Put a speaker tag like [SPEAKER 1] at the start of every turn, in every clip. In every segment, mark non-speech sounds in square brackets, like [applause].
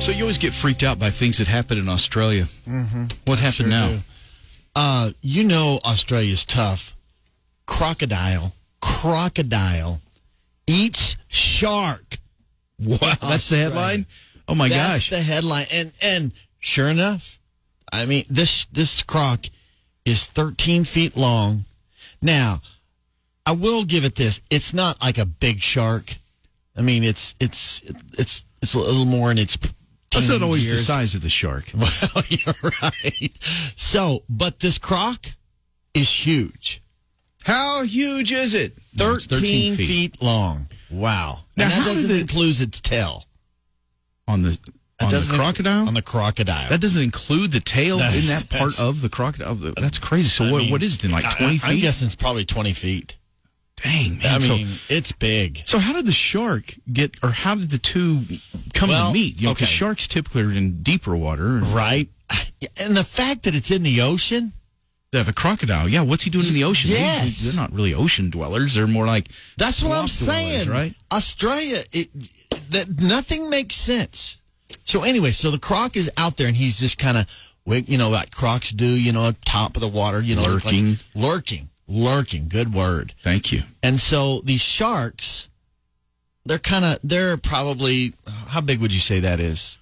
[SPEAKER 1] So you always get freaked out by things that happen in Australia. Mm-hmm. What happened now?
[SPEAKER 2] Uh, you know Australia's tough. Crocodile, crocodile eats shark.
[SPEAKER 1] [laughs] Wow, that's the
[SPEAKER 2] Australia.
[SPEAKER 1] headline. Oh my gosh!
[SPEAKER 2] That's the headline. And and sure enough, I mean this this croc is 13 feet long. Now, I will give it this: it's not like a big shark. I mean, it's it's it's it's a little more in its.
[SPEAKER 1] that's not
[SPEAKER 2] teen
[SPEAKER 1] always the
[SPEAKER 2] years.
[SPEAKER 1] size of the shark.
[SPEAKER 2] [laughs] Well, you're right. So, but this croc is huge.
[SPEAKER 1] How huge is it? No, it's
[SPEAKER 2] 13, feet. long. Wow.
[SPEAKER 1] Now,
[SPEAKER 2] and that
[SPEAKER 1] how did
[SPEAKER 2] doesn't
[SPEAKER 1] the-
[SPEAKER 2] include its tail.
[SPEAKER 1] on the
[SPEAKER 2] That
[SPEAKER 1] on the
[SPEAKER 2] doesn't inc-
[SPEAKER 1] crocodile.
[SPEAKER 2] on the crocodile.
[SPEAKER 1] that doesn't include the tail
[SPEAKER 2] That's-
[SPEAKER 1] in that part
[SPEAKER 2] that's-
[SPEAKER 1] of the crocodile. That's crazy. So
[SPEAKER 2] I
[SPEAKER 1] what,
[SPEAKER 2] mean,
[SPEAKER 1] what is it? then, Like
[SPEAKER 2] I-
[SPEAKER 1] twenty
[SPEAKER 2] I, I'm
[SPEAKER 1] feet?
[SPEAKER 2] guessing it's probably 20 feet.
[SPEAKER 1] Dang man.
[SPEAKER 2] I
[SPEAKER 1] So-
[SPEAKER 2] mean, it's big.
[SPEAKER 1] So how did the shark get, or how did the two come
[SPEAKER 2] Well,
[SPEAKER 1] to meet? You know, 'cause
[SPEAKER 2] okay.
[SPEAKER 1] sharks typically are in deeper water.
[SPEAKER 2] Right? [sighs] And the fact that it's in the ocean,
[SPEAKER 1] Yeah, the crocodile. Yeah, what's he doing in the ocean? They-
[SPEAKER 2] Yes.
[SPEAKER 1] they're not really ocean dwellers. They're more like
[SPEAKER 2] that's what I'm
[SPEAKER 1] swamp dwellers,
[SPEAKER 2] saying.
[SPEAKER 1] right?
[SPEAKER 2] Australia, it, that nothing makes sense. So anyway, so the croc is out there and he's just kind of, you know, like crocs do, you know, top of the water, you know, like-
[SPEAKER 1] Lurking.
[SPEAKER 2] lurking, lurking. Good word.
[SPEAKER 1] Thank you.
[SPEAKER 2] And so these sharks, they're kind of, they're probably, how big would you say that is?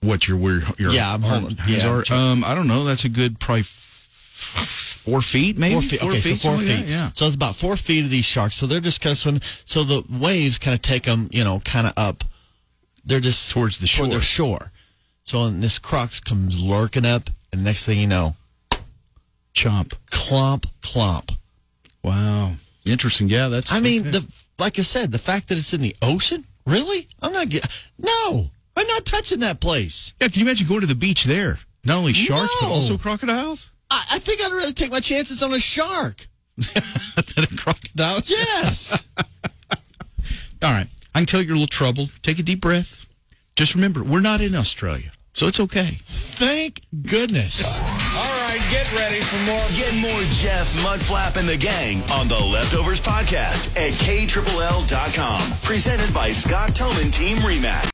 [SPEAKER 1] What your weird? Your
[SPEAKER 2] Yeah, I'm
[SPEAKER 1] arm-
[SPEAKER 2] holding-
[SPEAKER 1] hands
[SPEAKER 2] yeah, I'm
[SPEAKER 1] are- um, I don't know. That's a good probably f- f- four feet, maybe
[SPEAKER 2] Four feet. okay, so four
[SPEAKER 1] something like
[SPEAKER 2] feet.
[SPEAKER 1] that, yeah.
[SPEAKER 2] So it's about four feet of these sharks. So they're just kind of swimming. So the waves kind of take them, you know, kind of up. They're just
[SPEAKER 1] Towards the
[SPEAKER 2] Toward their shore. So and this croc comes lurking up, and next thing you know,
[SPEAKER 1] Chomp.
[SPEAKER 2] clomp, clomp.
[SPEAKER 1] Wow. Interesting. Yeah, that's.
[SPEAKER 2] I mean, the like I said, the fact that it's in the ocean. Really? I'm not. Get, no, I'm not touching that place.
[SPEAKER 1] yeah. Can you imagine going to the beach there? Not only sharks, but
[SPEAKER 2] No.
[SPEAKER 1] also
[SPEAKER 2] [laughs]
[SPEAKER 1] crocodiles.
[SPEAKER 2] I, I think I'd rather take my chances on a shark.
[SPEAKER 1] crocodiles.
[SPEAKER 2] Yes.
[SPEAKER 1] All right. I can tell you're a little troubled. Take a deep breath. Just remember, we're not in Australia, so it's okay.
[SPEAKER 2] Thank goodness.
[SPEAKER 3] All right, get ready for more. Get more Jeff Mudflap and the gang on the Leftovers podcast at KTRLL.com. Presented by Scott Tobin Team Remax.